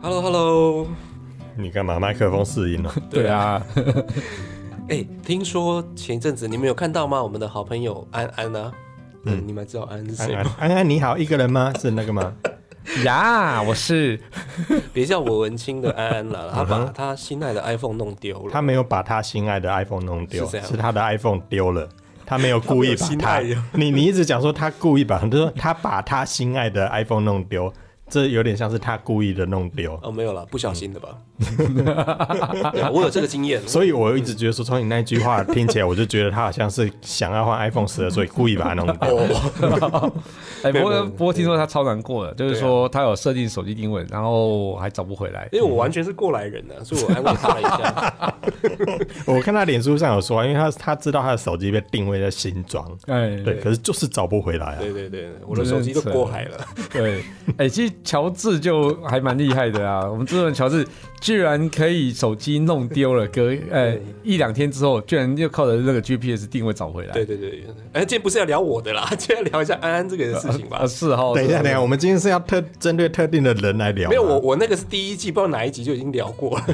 Hello Hello，你干嘛？麦克风试音了？哦对啊，哎、听说前一阵子你们有看到吗？我们的好朋友安安啊，嗯，你们知道安 安是安谁安吗？安哎安你好，一个人吗？ 是那个吗？ 呀，我是 别叫我文青的安安 了，他把他心爱的 iPhone 弄丢了。他没有把他心爱的 iPhone 弄丢， 是这样是他的 iPhone 丢了。他没有故意把他他没有心爱呀， 你你一直讲说他故意把，你就说他把他心爱的 iPhone 弄丢，这有点像是他故意的弄丢。哦，没有了，不小心的吧？ 对啊我有这个经验，嗯 所以我一直觉得说，从你那句话听起来，我就觉得他好像是想要换 iPhone 十了，所以故意把它弄 掉。哦哎、不过不过听说他超难过的，就是说他有设定手机定位，然后还找不回来。因为我完全是过来人啊，所以我安慰他了一 下。我看他脸书上有说啊，因为他他知道他的手机被定位在新庄，哎，对，可是就是找不回来啊。对对对，我的手机都过海了。对，哎、其实乔治就还蛮厉害的啊。我们这种乔治居然可以手机弄丢了，隔呃一两天之后，居然又靠着那个 GPS 定位找回来。对对对，哎，今天不是要聊我的啦，今天聊一下安安这个事呃情吧啊，。是哈。等一下，是等一下，我们今天是要特针对特定的人来聊吗。没有，我我那个是第一季，不知道哪一集就已经聊过了。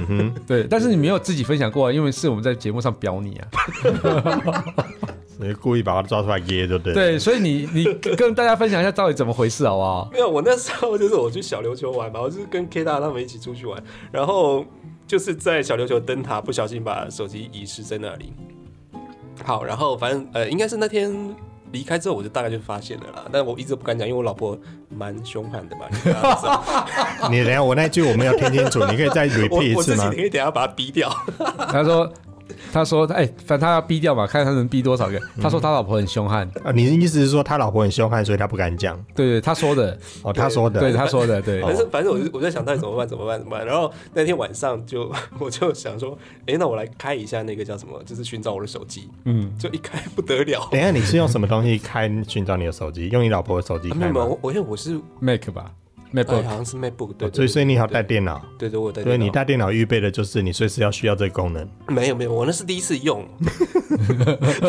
对，但是你没有自己分享过啊，因为是我们在节目上表你啊。你故意把他抓出来噎，就对。，对，所以你你跟大家分享一下到底怎么回事好不好？没有，我那时候就是我去小琉球玩嘛，我就是跟 K 大他们一起出去玩，然后就是在小琉球灯塔不小心把手机遗失在那里。好，然后反正呃，应该是那天离开之后，我就大概就发现了啦，但我一直不敢讲，因为我老婆蛮凶悍的嘛。你大家都知道你等一下，我那句我没有听清楚， 你可以再我 repeat 一我次自己吗哦可？以等一下把它逼掉。 他说，他说，哎、反正他要逼掉嘛，看他能逼多少个。他嗯说他老婆很凶悍，啊，你的意思是说他老婆很凶悍，所以他不敢讲？对对，他说的，哦，他说的。对他说 的，对。反正反正我就我在想到底怎么办怎么办怎么办。然后那天晚上就我就想说，哎、那我来开一下那个叫什么，就是寻找我的手机。嗯，就一开不得了。等一下，你是用什么东西开寻找你的手机？用你老婆的手机啊没开有没有，吗？我我因为我是 Mac 吧哎， ，MacBook，、好像是 MacBook，对，哦所以，所以你好带对电脑，对对，我有带电所以脑，你带电脑预备的就是你随时要需要这个功能。没有没有，我那是第一次用，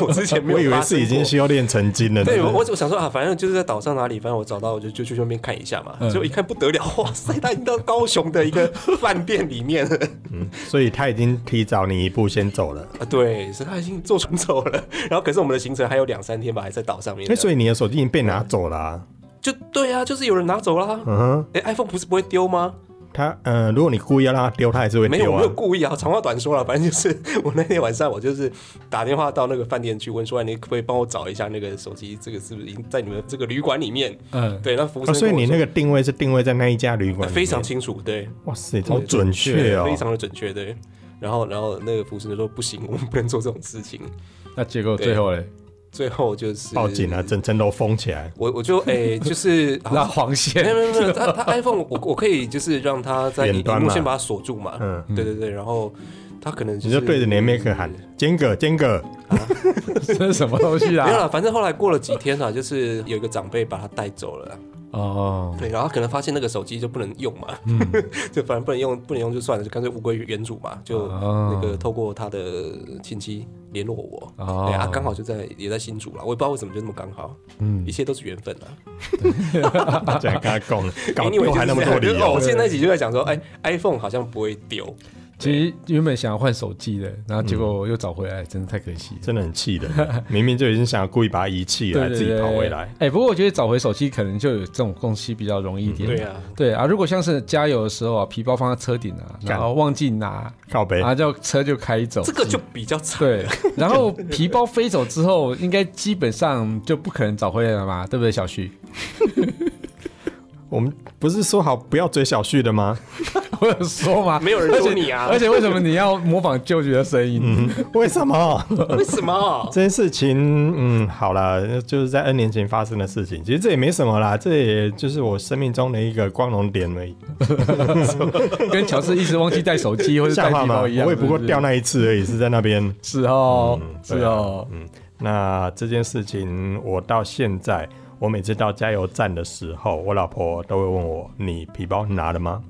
我之前没有，我以为是已经。修炼成精了。对，是不我我是我想说啊，反正就是在岛上哪里，反正我找到，我就就去那边看一下嘛。嗯结果一看不得了，哇塞，他已经到高雄的一个饭店里面了。 所以他已经提早你一步先走了。啊，对，所以他已经坐船走了。 然后可是我们的行程还有两三天吧，还在岛上面。哎，所以你的手机已经被拿走了啊。就对啊，就是有人拿走啦。嗯哼，哎，iPhone 不是不会丢吗？他呃，如果你故意要让他丢，他还是会没有，丢我没啊有。故意啊，长话短说了，反正就是我那天晚上我就是打电话到那个饭店去问说，哎你可不可以帮我找一下那个手机，这个是不是已经在你们这个旅馆里面？嗯，对，那服务哦生跟我说、所以你那个定位是定位在那一家旅呃馆里面，非常清楚，对，哇塞，好准确哦！非常的准确，对。然后，然后那个服务生就说不行，我们不能做这种事情。那结果最后嘞，最后就是报警啊，整层楼封起来。我我就哎、 就是那黄线没有没有没有，他他 iPhone 我我可以就是让他在啊远荧端幕嘛先把它锁住嘛，嗯对对对，然后他可能、你就对着你的 Mac 喊“坚哥，坚哥 这是什么东西没有啊？了，反正后来过了几天啊， 就是有一个长辈把他带走了啦，哦，对，然后他可能发现那个手机就不能用嘛，嗯 就反正不能用，不能用就算了，就干脆物归原主嘛，就哦那个透过他的亲戚联络我，哦对啊，刚好就在也在新竹啦，我也不知道为什么就那么刚好，嗯，一切都是缘分啊，”，这样 跟他讲，搞 Anyway，丢还那么就是这多样就理是哦 我由。现在一集就在讲说，哎，iPhone 好像不会丢，其实原本想要换手机的，然后结果又找回来，真的太可惜了。真的很气的，明明就已经想要故意把他遗 弃了，还自己跑回来哎、。不过我觉得找回手机可能就有这种东西比较容易一点。对啊，对啊，如果像是加油的时候啊，皮包放在车顶啊，然后忘记拿，靠背然，啊后就车就开走。哎这个就比较 惨， 对，然后皮包飞走之后，应该基本上就不可能找回来了嘛，对不对，小徐？我们不是说好不要追小旭 的吗？ 我有说吗？没有人说你啊而且为什么你嗯要模仿舅舅的声音？为什么为什么？啊这件事情？嗯，好了，就是在 N 年前发生的事情。其实这也没什么啦，这也就是我生命中的一个光荣点而已。跟乔治一直忘记带手机或者带像皮话吗？包一样。我也不过是是掉那一次而已，是在那边。是哦，是对啊哦，那这件事情，我到现在，我每次到加油站的时候，我老婆都会问我：“你皮包拿了吗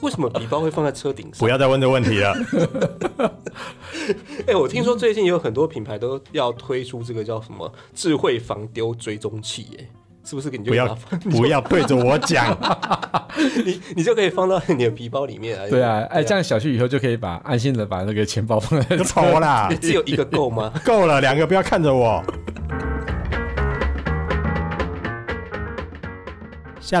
为什么皮包会放在车顶？”上不？要再问这问题 了。哎、我嗯听说最近有很多品牌都要推出这个叫什么智慧防丢追踪器、耶是不是你就不要不要对着我 讲， 你你就可以放到你的皮包里面啊？对啊，哎，这样小旭以后就可以把安心的把那个钱包放在错啦，只有一个够吗？ 够了，两个不要看着我。下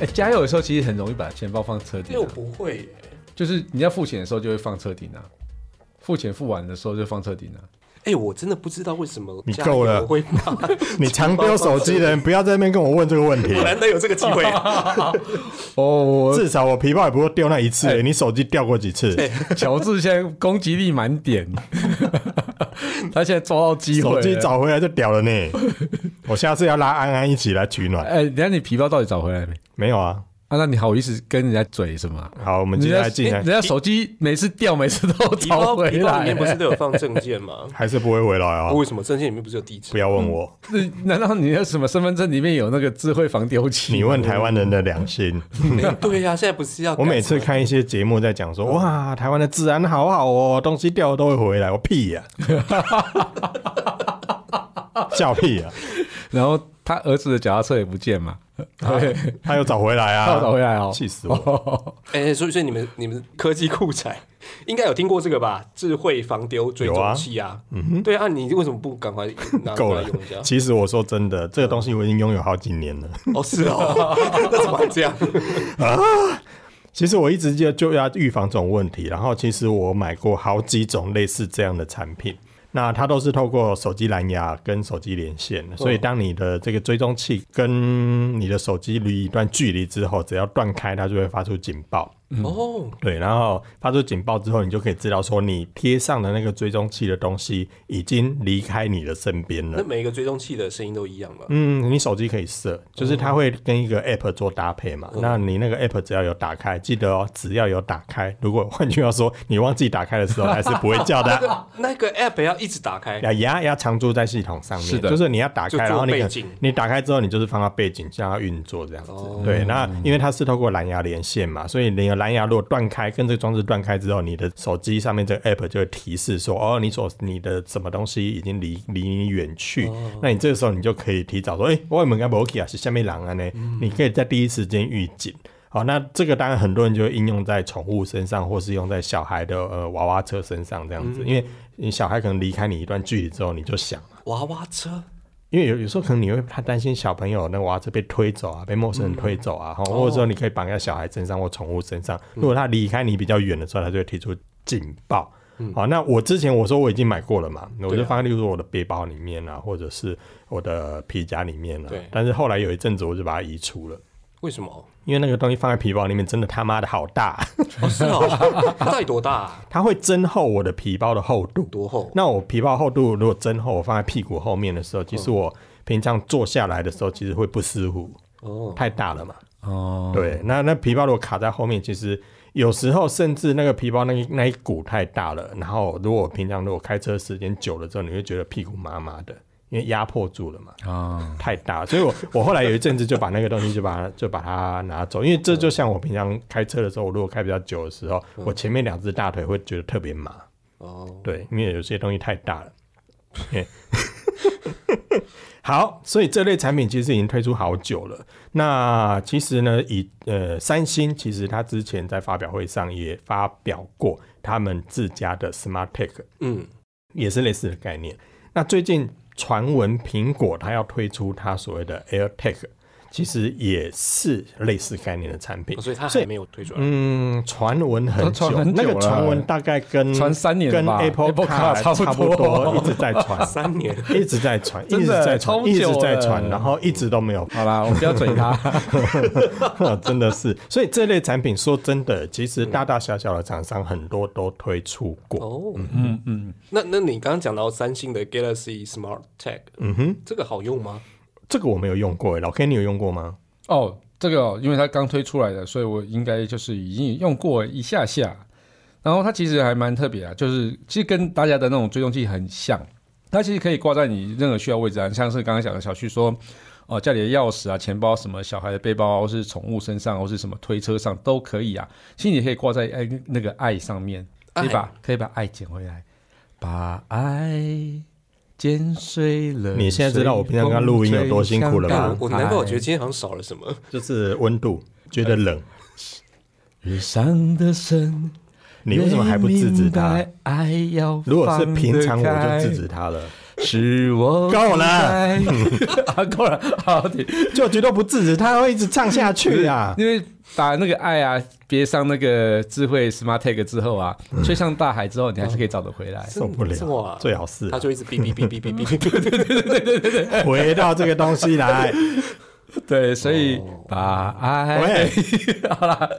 哎，加油的时候其实很容易把钱包放车因顶为啊、我不会耶、就是你要付钱的时候就会放车顶啊，付钱付完的时候就放 车顶啊。哎、我真的不知道为什么你加够了油会骂，你常丢手机的人，不要在那边跟我问这个问题我。 难得有这个机 会，哦， 我至少我皮包也不会丢那一次、哎你手机掉过几次？乔治现在攻击力满点， 他现在抓到机会 手了。机找回来就屌了 呢。我下次要拉安安一起来取暖。哎，等一下你皮包到底找回来没？没有啊，啊，那你好意思跟人家嘴什么啊？好，我们接人下家来进来人，家手机每次掉，每次都皮找包回皮包里来面。不是 都有放证件 吗？还是不会回来啊、为什么证件里面不是有地 不址？要问我，是难道你的什么身份证里面有那个智慧防丢器？你问台湾人的良心。嗯哎对呀、现在不是要我每次改什么看一些节目在讲 嗯说，哇，台湾的治安好好哦，东西掉了都会回来，我屁 呀、 笑屁呀、然后他儿子的脚踏车也不见嘛，啊 对，他又找回来他有找啊，回来哦，气死我！我！哎、所以所以你们你们科技酷宅应该有听过这个吧？智慧防丢追踪器啊，对啊，你为什么不赶快拿够过来了用一下，？其实我说真的，这个东西我已经拥有好几年了。 哦，是哦， 那怎么会这样？其实我一直就就要预防这种问题，然后其实我买过好几种类似这样的产品，那它都是透过手机蓝牙跟手机连线的，所以当你的这个追踪器跟你的手机离一段距离之后，只要断开，它就会发出警报。哦，对，然后发出警报之后，你就可以知道说你贴上的那个追踪器的东西已经离开你的身边了那。每一个追踪器的声音都一样吗？嗯，你手机可以设，就是它会跟一个 app 做搭配嘛。那你那个 app 只要有打开，记得哦，只要有打开，如果换句话说，你忘记打开的时候，还是不会叫的。那个 app 要一直打开，呀，牙牙常驻在系统上面，是的就是你要打就开，做然后你可背景哦你打开之后，你就是放到背景让它运作这样子。对，那因为它是透过蓝牙连线嘛，所以你的蓝牙如果断开，跟这个装置断开之后，你的手机上面这个 app 就会提示说，哦，你所你的什么东西已经离离你远去。哦那你这个时候你就可以提早说，哎、我我们该不会啊是下面狼啊呢？嗯你可以在第一时间预警。好，那这个当然很多人就会应用在宠物身上，或是用在小孩的呃娃娃车身上这样嗯子，因为你小孩可能离开你一段距离之后，你就想嘛，娃娃车，因为有有时候可能你会怕担心小朋友那娃娃车被推走啊，被陌生人推走啊，吼或者说你可以绑在小孩身上或宠物身上，如果他离开你比较远的时候，他就会提出警报。好，那我之前我说我已经买过了嘛，我就放在例如说我的背包里面啊，或者是我的皮夹里面啊对。但是后来有一阵子我就把它移除了。为什 么？因为那个东西放在皮包里面，真的他妈的好大， 哦，是哦，它到底多大啊？它会增厚我的皮包的厚度。多厚？那我皮包厚度如果增厚，我放在屁股后面的时候，其实我平常坐下来的时候，其实会不舒服，哦，太大了嘛。哦，对，那那皮包如果卡在后面，其实有时候甚至那个皮包那一那一股太大了，然后如果我平常如果开车时间久了之后，你会觉得屁股麻麻的，因为压迫住了嘛。啊，太大了，所以我 我后来有一阵子就把那个东西就把它就把它拿走，因为这就像我平常开车的时候，我如果开比较久的时候，我前面两只大腿会觉得特别麻，哦，对，因为有些东西太大了。 嘿 好，所以这类产品其实已经推出好久了。那其实呢，以呃三星其实它之前在发表会上也发表过他们自家的 Smart Tech，嗯，也是类似的概念。那最近传闻苹果它要推出它所谓的 AirTag，其实也是类似概念的产品哦。所以它所以还没有推出来。，嗯，传闻很都久，传很久那了个传闻大概跟传三年了跟吧 Apple Apple Car Car 差不差不多多，一直在传 三年，一直在传，真一直的在超传，一直久在了传，然后一直都没有 好啦，我不要嘴他。啊真的是，所以这类产品说真的，其实大大小小的厂商很多都推出过。哦，嗯嗯，那那你刚刚讲到三星的 Galaxy Smart Tag，嗯哼，这个好用吗？这个我没有用过耶，老 K 你有用过吗？哦，这个、哦，因为它刚推出来的，所以我应该就是已经用过一下下。然后它其实还蛮特别啊，就是其实跟大家的那种追踪器很像，它其实可以挂在你任何需要位置啊，像是刚刚讲的小旭说，哦、家里的钥匙啊、钱包、什么小孩的背包啊，或是宠物身上，或是什么推车上都可以啊。其实你可以挂在哎那个爱上面，可以把哎可以把爱捡回来，把爱。剪碎了。你现在知道我平常跟他录音有多辛苦了吧我我难怪我觉得今天好像少了什么。就是温度，觉得冷，日上的神，你为什么还不制止他？？爱要如果是平常，放得我开就制止，他了。 是我够了爱 啊，够了，好，停就绝对不制止他，会一直唱下去啊！因为把那个爱啊，别上那个智慧 smart tag 之后啊，嗯吹上大海之后，你还是可以找得回来。受不这么啊了， 最好是他就一直哔哔哔哔哔哔哔。回到这个东西来。对，所以把爱哎喂， 好啦，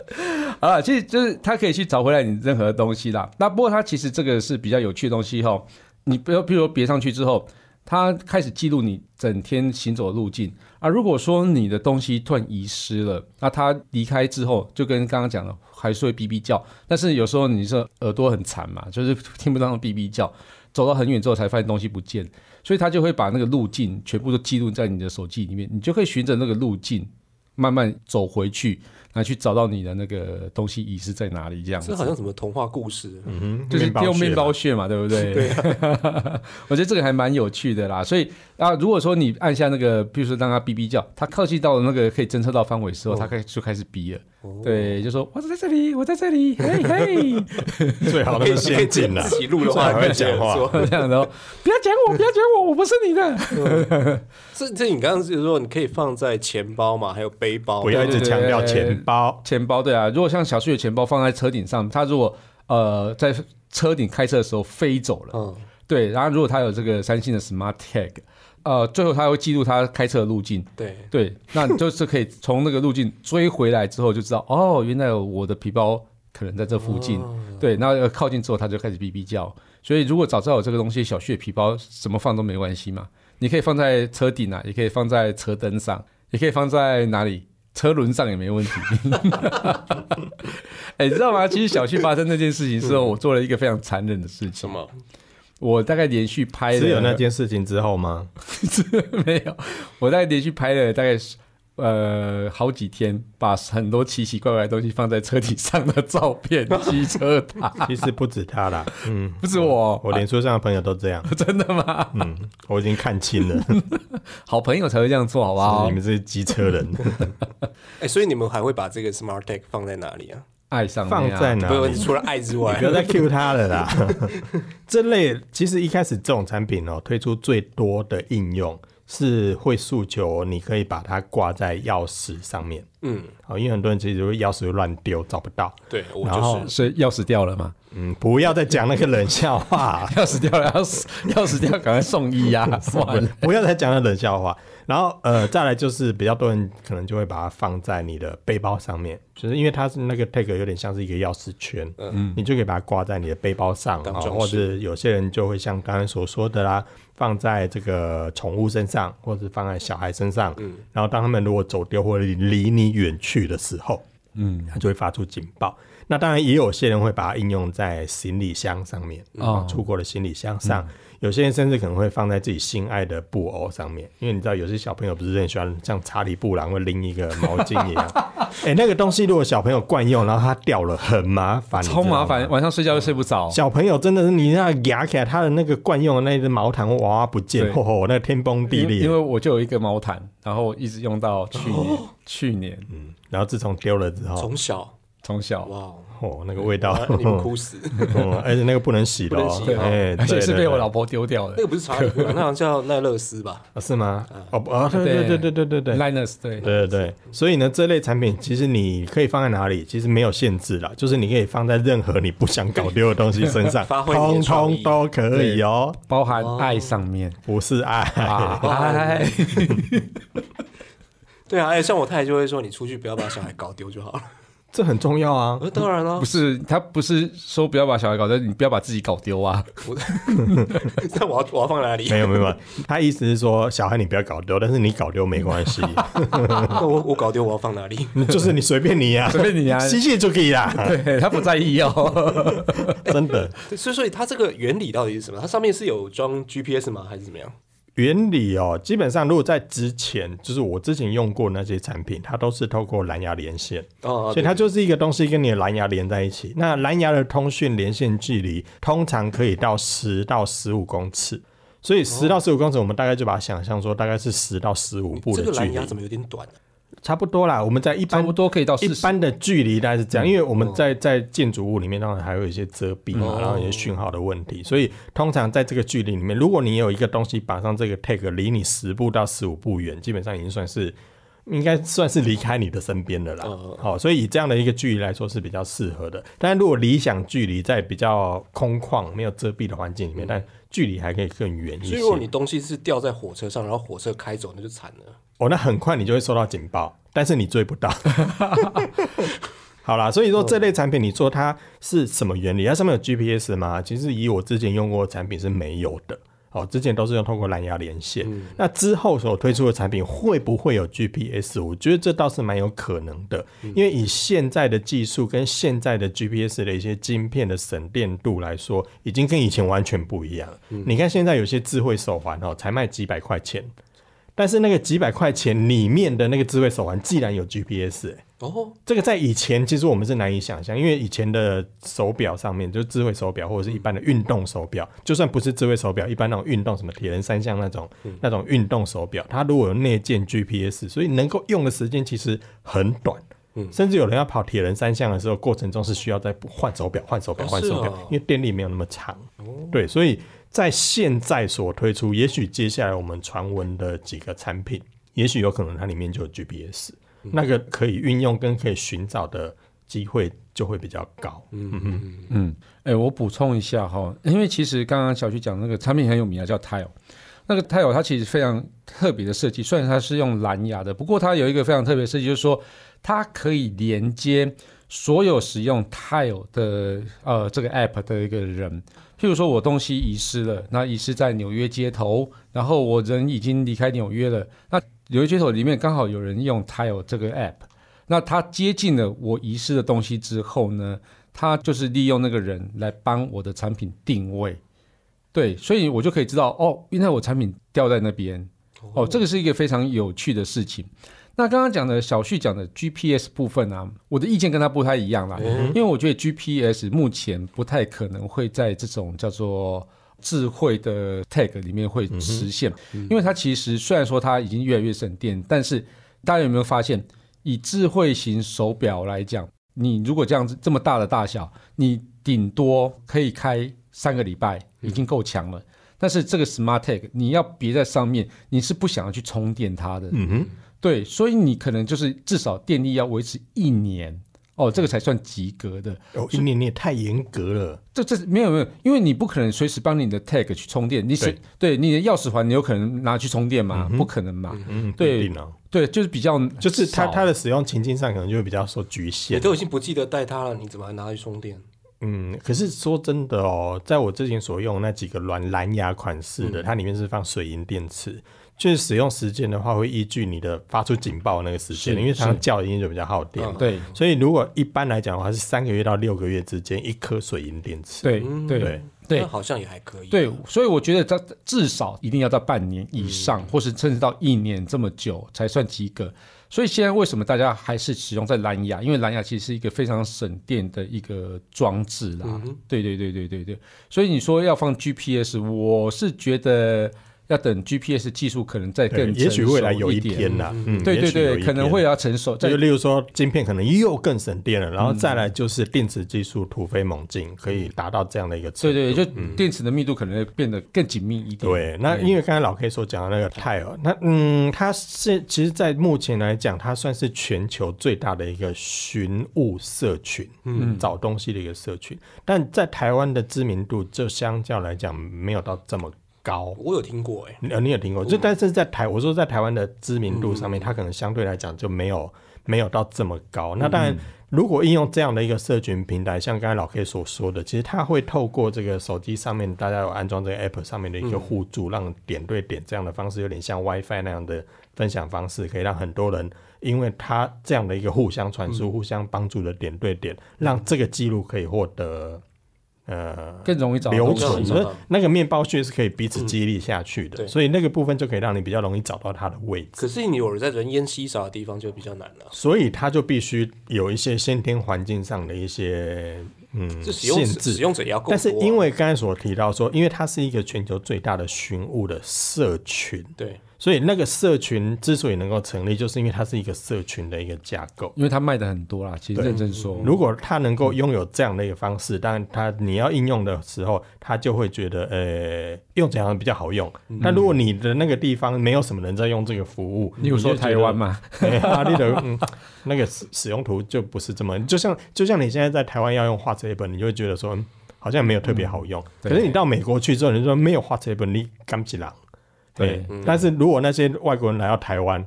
好啦，其实就是他可以去找回来你任何东西啦。那不过他其实这个是比较有趣的东西哈、你不要，比如别上去之后，他开始记录你整天行走的路径啊。如果说你的东西突然遗失了，那他离开之后，就跟刚刚讲的，还是会哔哔叫。但是有时候你是耳朵很残嘛，就是听不到那种哔哔叫，走到很远之后才发现东西不见，所以他就会把那个路径全部都记录在你的手机里面，你就可以循着那个路径。慢慢走回去，然后去找到你的那个东西遗失在哪里，这样子。这好像什么童话故事，嗯哼就是丢面屑包屑嘛，对不对？对、啊 我觉得这个还蛮有趣的啦。所以啊，如果说你按下那个，比如说让它哔哔叫，它靠近到那个可以侦测到范围之后，它开就开始哔了。对，就说我在这里，我在这里，嘿嘿， 最好那可以个可以先自进了，己录的话最好会讲话可以说这样的哦， 不要讲我，不要讲我，我不是你的。 这这你刚刚就是说你可以放在钱包嘛，还有背包，不要一直强调对对对钱包。钱包对啊，如果像小旭的钱包放在车顶上，他如果呃在车顶开车的时候飞走了，嗯，对，然后如果他有这个三星的 Smart Tag，呃，最后他会记录他开车的路径。对，对，那你就是可以从那个路径追回来之后，就知道哦，原来我的皮包可能在这附近。哦对，那呃靠近之后，它就开始哔哔叫。所以如果早知道有这个东西，小旭的皮包怎么放都没关系嘛。你可以放在车顶啊，也可以放在车灯上，也可以放在哪里。车轮上也没问题， 哎、你知道吗？其实小旭发生那件事情嗯之后，我做了一个非常残忍的事情。什么？我大概连续拍了只有那件事情之后吗？ 没有，我大概连续拍了大概是呃好几天，把很多奇奇怪怪的东西放在车顶上的照片、机车塔，其实不止他啦，嗯， 不是我，我脸书上的朋友都这样， 真的吗？嗯，我已经看清了，好朋友才会这样做，好不好你？们这些机车人哎，所以你们还会把这个 smart tag 放在哪里啊？爱上放妹啊在哪不里是，？除了爱之外不，要再 Q 他了啦。 这类其实一开始这种产品哦，推出最多的应用是会诉求你可以把它挂在钥匙上面，嗯，好、因为很多人其实会钥匙乱丢找不到。对我然后就是所以钥匙掉了吗？，嗯，不要再讲那个冷笑话钥匙掉了，钥匙钥匙掉，赶快送 医啊！完了，不要再讲那冷笑话。然后呃，再来就是比较多人可能就会把它放在你的背包上面，就是因为它是那个 tag 有点像是一个钥匙圈，嗯，你就可以把它挂在你的背包上啊、当哦装饰或者有些人就会像刚刚所说的啦，放在这个宠物身上，或者放在小孩身上，嗯，然后当他们如果走丢或者离你远去的时候，嗯，它就会发出警报。那当然，也有些人会把它应用在行李箱上面啊、哦嗯出国的行李箱上、有些人甚至可能会放在自己心爱的布偶上面，因为你知道，有些小朋友不是很喜欢像查理布朗会拎一个毛巾一样。 哎、那个东西如果小朋友惯用，然后它掉了，很麻烦，你知道超吗麻烦，晚上睡觉又睡不着。小朋友真的是你那牙起来，他的那个惯用的那只毛毯或娃娃不见对，吼吼，那天崩地因为裂因为。我就有一个毛毯，然后我一直用到去年，去年哦嗯然后自从丢了之后，从小从小哇哦，哦，那个味 道，啊你们哭死，嗯而且那个不能洗的不哦能洗的，哦哎，啊而且对是对被我对老婆丢掉的那个不是查理布朗，那好像叫奈勒斯吧？啊是吗？哦不啊，对对对对对对对对。 ，Linus 对。对对对，所以呢，这类产品其实你可以放在哪里，其实没有限制啦，就是你可以放在任何你不想搞丢的东西身上，发挥你的通创意通都可以哦，包含爱上面不是 爱，啊，哇爱，对啊，哎，像我太太就会说，你出去不要把小孩搞丢就好了。这很重 要啊。呃，当然了不，是，他不是说不要把小孩搞丢，你不要把自己搞丢啊。 那我要我要放哪里？没有没有，没有他意思是说，小孩你不要搞丢，但是你搞丢没关系，那 我我搞丢我要放哪里？ 就是你随便你呀、随便你啊吸气就可以啦， 对 他不在意哦。真的。对所以所以它这个原理到底是什么？它上面是有装 GPS 吗？还是怎么样？原理哦，基本上如果在之前，就是我之前用过那些产品，它都是透过蓝牙连线，哦，所以它就是一个东西跟你的蓝牙连在一起。那蓝牙的通讯连线距离通常可以到十到十五公尺，所以十到十五公尺，我们大概就把它想象说大概是十到十五步这的个距蓝离牙，怎么有点短、啊？差不多啦。我们在一 差般不多可以到一四十。般的距离大概是嗯这样，因为我们在在建筑物里面，当然还有一些遮蔽嘛，嗯然后一些讯号的问题，所以通常在这个距离里面，如果你有一个东西绑上这个 tag，离你十步到十五步远，基本上已经算是。应该算是离开你的身边的啦，嗯好、所以以这样的一个距离来说是比较适合的。但如果理想距离在比较空旷、没有遮蔽的环境里面，但距离还可以更远一嗯所些以。如果你东西是掉在火车上，然后火车开走，那就惨了。哦，那很快你就会收到警报，但是你追不到。好啦，所以说这类产品，你说它是什么原理？它上面有 GPS 吗？其实以我之前用过的产品是没有的。哦，之前都是用透过蓝牙连线。那之后所推出的产品会不会有 GPS？我觉得这倒是蛮有可能的，因为以现在的技术跟现在的 GPS 的一些晶片的省电度来说，已经跟以前完全不一样了。你看现在有些智慧手环哦，才卖几百块钱，但是那个几百块钱里面的那个智慧手环，既然有 GPS，、欸、哦，这个在以前其实我们是难以想象，因为以前的手表上面，就是智慧手表或者是一般的运动手表，就算不是智慧手表，一般那种运动什么铁人三项那种、嗯那种运动手表，它如果有内建 GPS，所以能够用的时间其实很短。嗯甚至有人要跑铁人三项的时候，过程中是需要在换手表、换手表、哦换是手表，哦因为电力没有那么长。对，所以在现在所推出，也许接下来我们传闻的几个产品，也许有可能它里面就有 GPS，、那嗯个可以运用跟可以寻找的机会就会比较高。嗯，哎、我补充一下哈，因为其实刚刚小徐讲那个产品很有名啊，叫 Tile。那个 Tile 它其实非常特别的设计，虽然它是用蓝牙的，不过它有一个非常特别的设计，就是说它可以连接所有使用 Tile 的呃这个 App 的一个人。譬如说我东西遗失了，那遗失在纽约街头，然后我人已经离开纽约了，那纽约街头里面刚好有人用 Tile 这个 App，那它接近了我遗失的东西之后呢，他就是利用那个人来帮我的产品定位，对，所以我就可以知道哦，原来我产品掉在那边，哦，这个是一个非常有趣的事情。那刚刚讲的小旭讲的 GPS 部分啊，我的意见跟他不太一样啦，因为我觉得 GPS 目前不太可能会在这种叫做智慧的 tag 里面会实现，因为它其实虽然说它已经越来越省电，但是大家有没有发现，以智慧型手表来讲，你如果这样子这么大的大小，你顶多可以开三个礼拜，已经够强了。但是这个 Smart Tag 你要别在上面，你是不想要去充电它的，嗯哼，对，所以你可能就是至少电力要维持一年哦，这个才算及格的。哦，一年你也太严格了，这这是没有没有，因为你不可能随时帮你的 tag 去充电，你是对你的钥匙环，你有可能拿去充电吗？不可能嘛。嗯，对不一定哦，对，就是比较就是它少它的使用情境上可能就会比较受局限你。都已经不记得带它了，你怎么还拿去充电？嗯，可是说真的哦，在我之前所用那几个蓝蓝牙款式嗯的，它里面是放水银电池，就是使用时间的话，会依据你的发出警报的那个时间，是因为它是嗯叫的音就比较耗电嘛。对所以如果一般来讲的话，是三个月到六个月之间一颗水银电池。对嗯对对对那好像也还可以。对，所以我觉得它至少一定要到半年以上，嗯或是甚至到一年这么久才算及格。所以现在为什么大家还是使用在蓝牙？因为蓝牙其实是一个非常省电的一个装置啦。嗯对对对对对对，所以你说要放 GPS，我是觉得要等 GPS 技术可能再对，更也许未来成熟有一一点天呐，嗯，对也对许有对，一可能天会。要成熟，再就例如说，晶片可能又更省电了，然后再来就是电池技术突飞猛进，可以达到这样的一个程对度。对，就电池的密度可能会变得更紧密一点。嗯对，那因为刚才老 K 所讲的那个泰尔，那嗯，它是其实，在目前来讲，它算是全球最大的一个寻物社群，嗯，找东西的一个社群。但在台湾的知名度，就相较来讲，没有到这么高。我有听过哎、欸呃，你有听过？就但是在台，我说在台湾的知名度上面，它可能相对来讲就没有没有到这么高。那当然，如果应用这样的一个社群平台，像刚才老 K 所说的，其实它会透过这个手机上面大家有安装这个 App 上面的一个互助，让点对点这样的方式，有点像 WiFi 那样的分享方式，可以让很多人因为它这样的一个互相传输、互相帮助的点对点，让这个记录可以获得呃更容易找到留东西存存，找所以到那个面包屑是可以彼此激励下去的，对所以那个部分就可以让你比较容易找到它的位置。可是你有人在人烟稀少的地方就比较难了、所以它就必须有一些先天环境上的一些嗯这使用限者使制。用者也要够多但啊、是因为刚才所提到说，因为它是一个全球最大的寻物的社群，对所以那个社群之所以能够成立，就是因为它是一个社群的一个架构。因为它卖的很多啦。其实认真说，如果他能够拥有这样的一个方式，当然他你要应用的时候，他就会觉得呃用起来好像比较好用。嗯但如果你的那个地方没有什么人在用这个服务，例如说你就觉得台湾嘛，对 啊，你的嗯，那个使使用图就不是这么，就像就像你现在在台湾要用画册本，你就会觉得说、嗯好像没有特别好用。嗯对可是你到美国去之后，你就说没有画册本，你干不起来。对对，但是如果那些外国人来到台湾，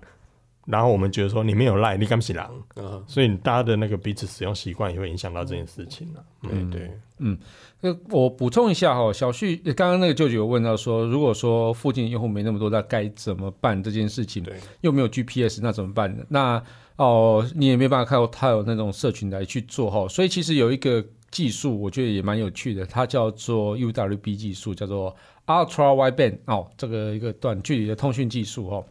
然后我们觉得说你没有赖，你干不起来，嗯所以大家的那个彼此使用习惯也会影响到这件事情了、啊。嗯，对，呃，我补充一下哈、小旭呃刚刚那个舅舅有问到说，如果说附近用户没那么多，那该怎么办这件事情？对，又没有 GPS，那怎么办呢？那哦，你也没办法靠它有那种社群来去做哈、所以其实有一个技术，我觉得也蛮有趣的，它叫做 UWB 技术，叫做 Ultra Wideband 哦，这个一个短距离的通讯技术哦。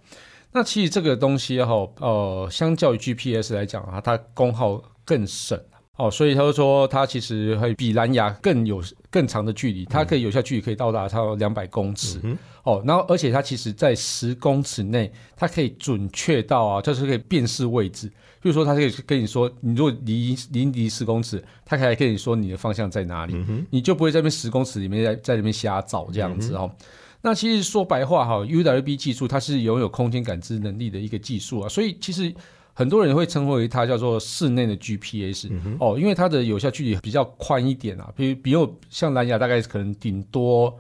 那其实这个东西哈、呃，相较于 GPS 来讲啊，它功耗更省。哦，所以他就说，它其实会比蓝牙更有更长的距离，它可以有效距离可以到达超两百公尺。哦，然后而且它其实在十公尺内，它可以准确到啊，就是可以辨识位置。比如说，它可以跟你说，你如果离离离十公尺，它可以跟你说你的方向在哪里，你就不会在那边十公尺里面在在那边瞎找这样子哦。那其实说白话哈，UWB 技术它是拥有空间感知能力的一个技术啊，所以其实很多人会称为它叫做室内的 GPS、哦，因为它的有效距离比较宽一点啊，比比如像蓝牙大概可能顶多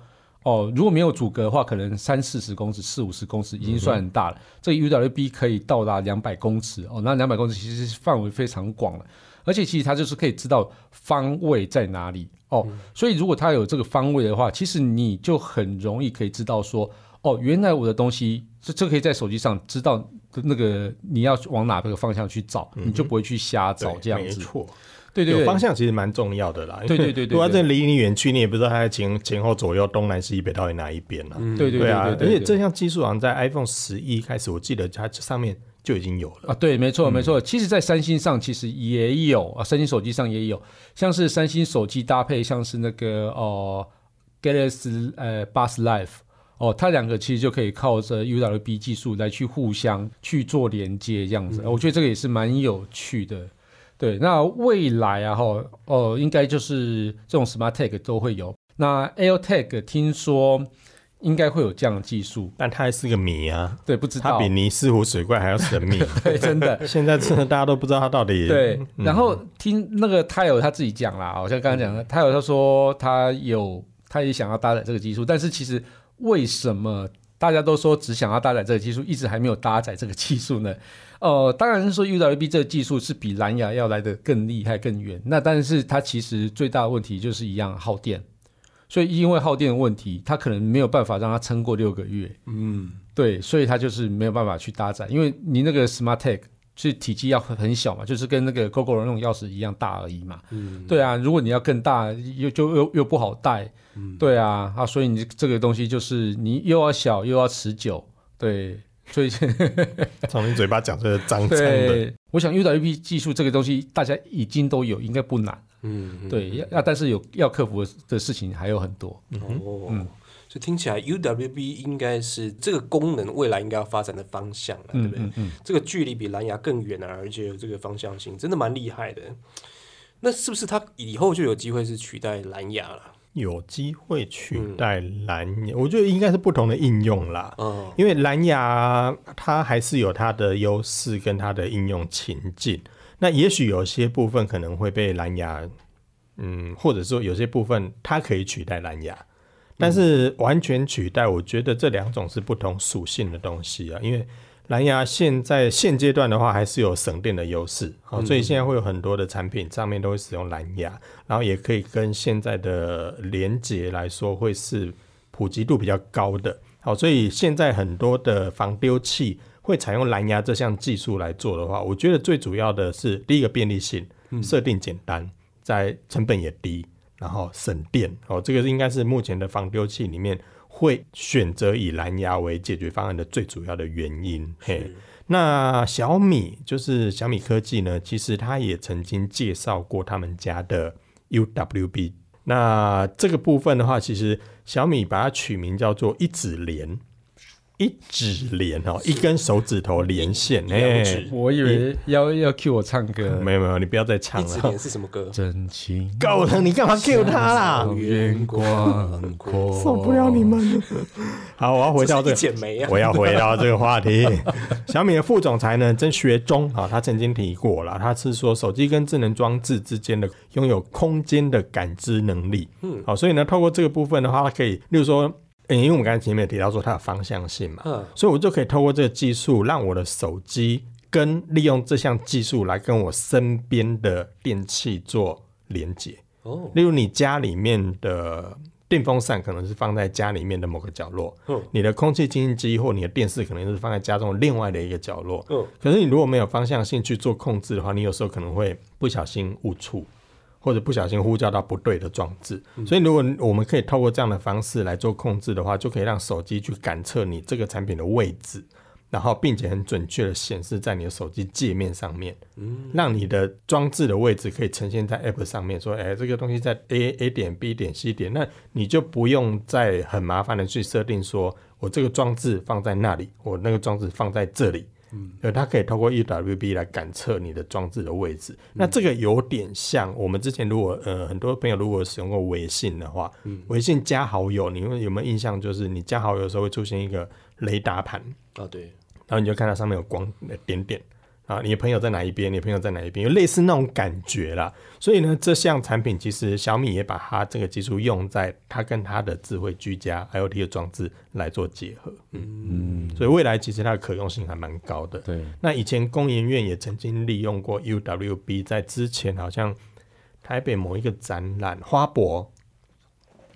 哦，如果没有阻隔的话，可能三四十公尺、四五十公尺已经算很大了。这个 UWB 可以到达两百公尺哦，那两百公尺其实是范围非常广了，而且其实它就是可以知道方位在哪里哦。所以如果它有这个方位的话，其实你就很容易可以知道说，哦，原来我的东西这这可以在手机上知道那个你要往哪个方向去找，你就不会去瞎找对这样没子。错，对对对，有方向其实蛮重要的啦。对对对对因为如果它真的离你远去，你也不知道它在前前后左右、东南西北到底哪一边了、啊。对对对啊，嗯对对，而且这项技术好像在 iPhone 十一开始，我记得它上面就已经有了。啊，对，没嗯错，没错。其实，在三星上其实也有啊，三星手机上也有，像是三星手机搭配像是那个哦、呃、Galaxy 呃 Bus Life 哦，它两个其实就可以靠着 UWB 技术来去互相去做连接，这样嗯子、我觉得这个也是蛮有趣的。对，那未来啊，哈，哦、应该就是这种 Smart Tag 都会有。那 Air Tag 听说应该会有这样的技术，但它还是个谜啊，对，不知它道比，尼斯湖水怪还要神秘。 对，真的。现在真的大家都不知道它到底对，然后听那个泰尔他自己讲啦，好像刚刚讲的，泰尔他说他有，他也想要搭载这个技术，但是其实为什么大家都说只想要搭载这个技术，一直还没有搭载这个技术呢？ 呃，当然是说 UWB 这个技术是比蓝牙要来的更厉害、更远，那但是它其实最大的问题就是一样耗电，所以因为耗电的问题，它可能没有办法让它撑过六个月。对，所以它就是没有办法去搭载，因为你那个 Smart Tag 是体积要很小嘛，就是跟那个 GoGo 的那种钥匙一样大而已嘛。嗯，对啊，如果你要更大，又就又又不好带。嗯对啊，啊，所以你这个东西就是你又要小又要持久，对，所以从你嘴巴讲出来脏脏的。对，我想 UWB 技术这个东西大家已经都有，应该不难。嗯，对，要、啊、但是有要克服的事情还有很多。嗯哦，所以听起来 UWB 应该是这个功能未来应该要发展的方向嗯了，对不对？这个距离比蓝牙更远啊，而且有这个方向性，真的蛮厉害的。那是不是它以后就有机会是取代蓝牙了？有机会取代蓝牙，我觉得应该是不同的应用啦。哦，因为蓝牙它还是有它的优势跟它的应用情境。那也许有些部分可能会被蓝牙，嗯，或者说有些部分它可以取代蓝牙，但是完全取代，我觉得这两种是不同属性的东西啊。因为蓝牙现在现阶段的话还是有省电的优势啊，所以现在会有很多的产品上面都会使用蓝牙，然后也可以跟现在的连接来说会是普及度比较高的。好，所以现在很多的防丢器会采用蓝牙这项技术来做的话，我觉得最主要的是第一个便利性，设定简单，在成本也低，然后省电哦，这个应该是目前的防丢器里面会选择以蓝牙为解决方案的最主要的原因。嘿，那小米就是小米科技呢，其实它也曾经介绍过他们家的 UWB。那这个部分的话，其实小米把它取名叫做一指连。一指连哦，一根手指头连线，哎、两指我以为要要 cue 我唱歌，没有没有，你不要再唱一了指，连是什么歌？真情够了，你干嘛 Q 他啦？远广阔，受嗯不了你们了。哦 好，我要回到这是一个，剪梅啊，我要回到这个话题。 小米的副总裁呢，曾学忠啊、他曾经提过了，他是说手机跟智能装置之间的拥有空间的感知能力。嗯，好、所以呢，透过这个部分的话，它可以，例如说，诶因为我们刚才前面有提到说它有方向性嘛，嗯，所以我就可以透过这个技术，让我的手机跟利用这项技术来跟我身边的电器做连接。哦，例如你家里面的电风扇可能是放在家里面的某个角落，嗯你的空气清新机或你的电视可能是放在家中另外的一个角落。嗯可是你如果没有方向性去做控制的话，你有时候可能会不小心误触。或者不小心呼叫到不对的装置，嗯所以如果我们可以透过这样的方式来做控制的话，就可以让手机去感测你这个产品的位置，然后并且很准确的显示在你的手机界面上面，让你的装置的位置可以呈现在 App 上面，说，哎、这个东西在 A A 点 B 点 C 点，那你就不用再很麻烦的去设定说，我这个装置放在那里，我那个装置放在这里。嗯，呃，它可以透过 EWB 来感测你的装置的位置。那这个有点像我们之前如果呃很多朋友如果使用过微信的话，微信加好友，你们有没有印象？就是你加好友的时候会出现一个雷达盘，啊对，然后你就看到上面有光呃点点啊，你的朋友在哪一边，你的朋友在哪一边，有类似那种感觉啦。所以呢，这项产品其实小米也把它这个技术用在它跟它的智慧居家 IoT 的装置来做结合。嗯，所以未来其实它的可用性还蛮高的。对，那以前工研院也曾经利用过 UWB，在之前好像台北某一个展览花博，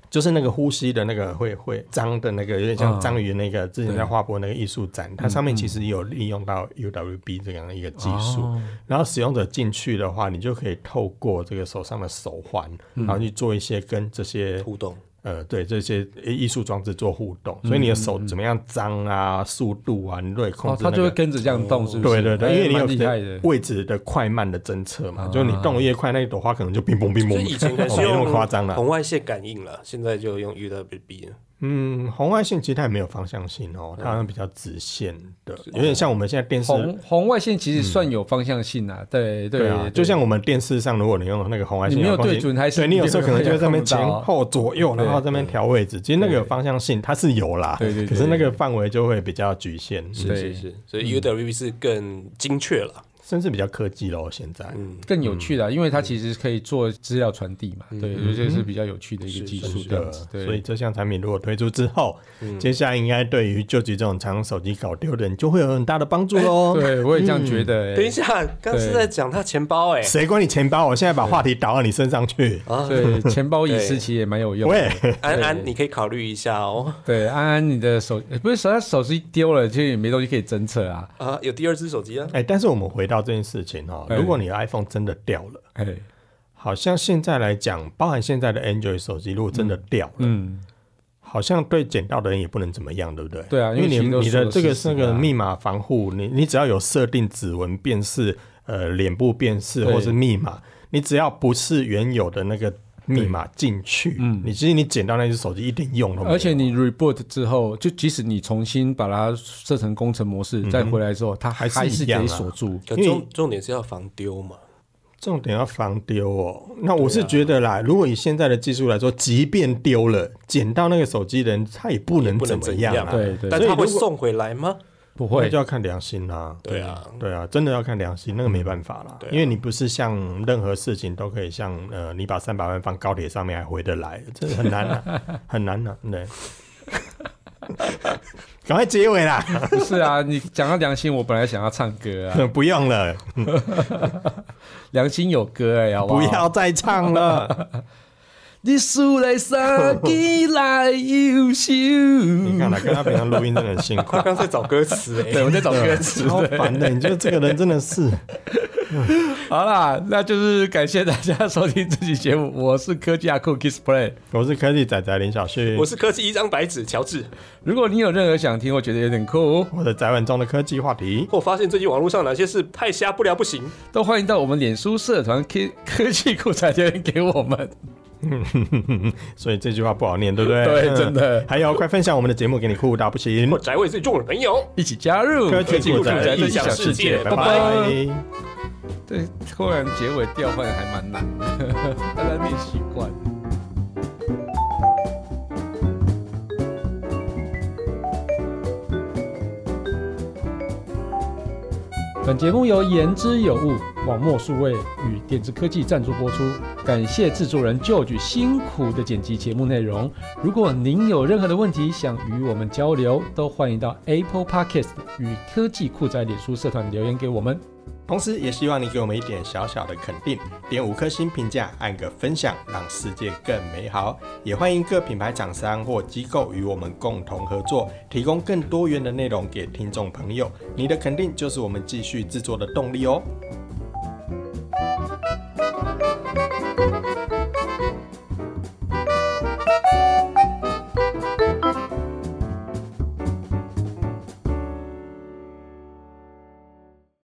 就是那个呼吸的那个会会张的那个，有点像嗯章鱼那个、之前在花博那个艺术展，它上面其实有利用到 UWB 这样的一个技术。哦然后使用者进去的话，你就可以透过这个手上的手环，嗯然后去做一些跟这些互动呃，对这些艺术装置做互动，所以你的手怎么样张啊、速度啊，你都可以控嗯哦，制、那它个就会跟着这样动，是不对是？对对，哎因为你有蛮厉害的，啊位置的快慢的侦测嘛，就是你动得越快，那一朵花可能就冰崩冰就崩，是以前可能哦是没那用么夸张了。红外线感应了，现在就用 UWB 了。嗯，红外线其实它也没有方向性哦，它好像比较直线的，有点像我们现在电视。嗯啊红红外线其实算有方向性啊，对嗯对啊，就像我们电视上，如果你用那个红外线你没有遥控器，对准还是对你有时候可能就在上面前看不到啊后左右，然后这边调位置。其实那个有方向性，它是有啦，对对对可是那个范围就会比较局限，对是是，所以 UWB 是更精确了。嗯甚至比较科技咯。现在，更有趣的啊，嗯因为它其实可以做资料传递嘛，对，所以这是比较有趣的一个技术是这的样子，，对，嗯所以这项产品如果推出之后，接下来应该对于就局这种常用手机搞丢的人就会有很大的帮助喽。对我也这样觉嗯得，等一哎下，刚是在讲他钱包哎，谁管你钱包？我现在把话题导到你身上去。啊，对，钱包遗失其实也蛮有用的。喂，安安，你可以考虑一下哦。对，安安，你的手哎诶不是手他手机丢了，其实也没东西可以侦测啊。啊，有第二只手机啊，哎，但是我们回到这件事情哈，哎如果你的 iPhone 真的掉了，哎，好像现在来讲，包含现在的 Android 手机，如果真的掉了，嗯，好像对捡到的人也不能怎么样，对不对？对啊因为因为你其你实都的说这得个是那实的个啊密码防护，你你只要有设定指纹辨识、呃脸部辨识对或是密码，你只要不是原有的那个密码进去，你其实你捡到那只手机一点用都没有。嗯而且你 reboot 之后，就即使你重新把它设成工程模式，再回来之后，它嗯还还是一样得啊锁住。可因为重重点是要防丢嘛。重点要防丢哦。那我是觉得啦，如果以现在的技术来说，即便丢了，捡到那个手机的人他也不能不怎能么怎样样啊。对对但所以他会如果送回来吗？不那会就，要看良心啦、对啊，对啊，真的要看良心，那个没办法啦，对啊因为你不是像任何事情都可以像呃，你把三百万放高铁上面还回得来，这很难啊，很难啊，对。 赶快结尾啦！ 不是啊，你讲到良心，我本来想要唱歌啊，不用了，良心有歌哎、好不好？不要再唱了。你输来三季来 优秀。你看啦，跟他平常录音真的很辛 苦，他刚才找歌词 哎、对，我在找歌词。超烦的。你觉得这个人真的是？ 好啦，那就是感谢大家收听这期节目，我是科技阿酷 Kiss Play。我是科技仔仔林小旭，我是科技一张白纸，乔治。如果你有任何想听，我觉得有点酷，我的宅文中的科技话题，我发现最近网络上哪些事太瞎不聊不行，都欢迎到我们脸书社团 K 科技酷宅留言给我们。所以这句话不好念，对不对？对真的 还有，快分享我们的节目给你酷到不行我。宅味最重的朋友。一起 加入科技酷宅异异想想世世界，界拜拜拜拜。对，突然结尾调换还蛮难的， 大家念习惯。本节目由言之有物、网墨数位与点子科技赞助播出，感谢制作人 George 辛苦的剪辑节目内容。如果您有任何的问题想与我们交流，都欢迎到 Apple Podcast 与科技酷宅脸书社团留言给我们。同时，也希望你给我们一点小小的肯定，点五颗星评价，按个分享，让世界更美好。也欢迎各品牌厂商或机构与我们共同合作，提供更多元的内容给听众朋友。你的肯定就是我们继续制作的动力哦。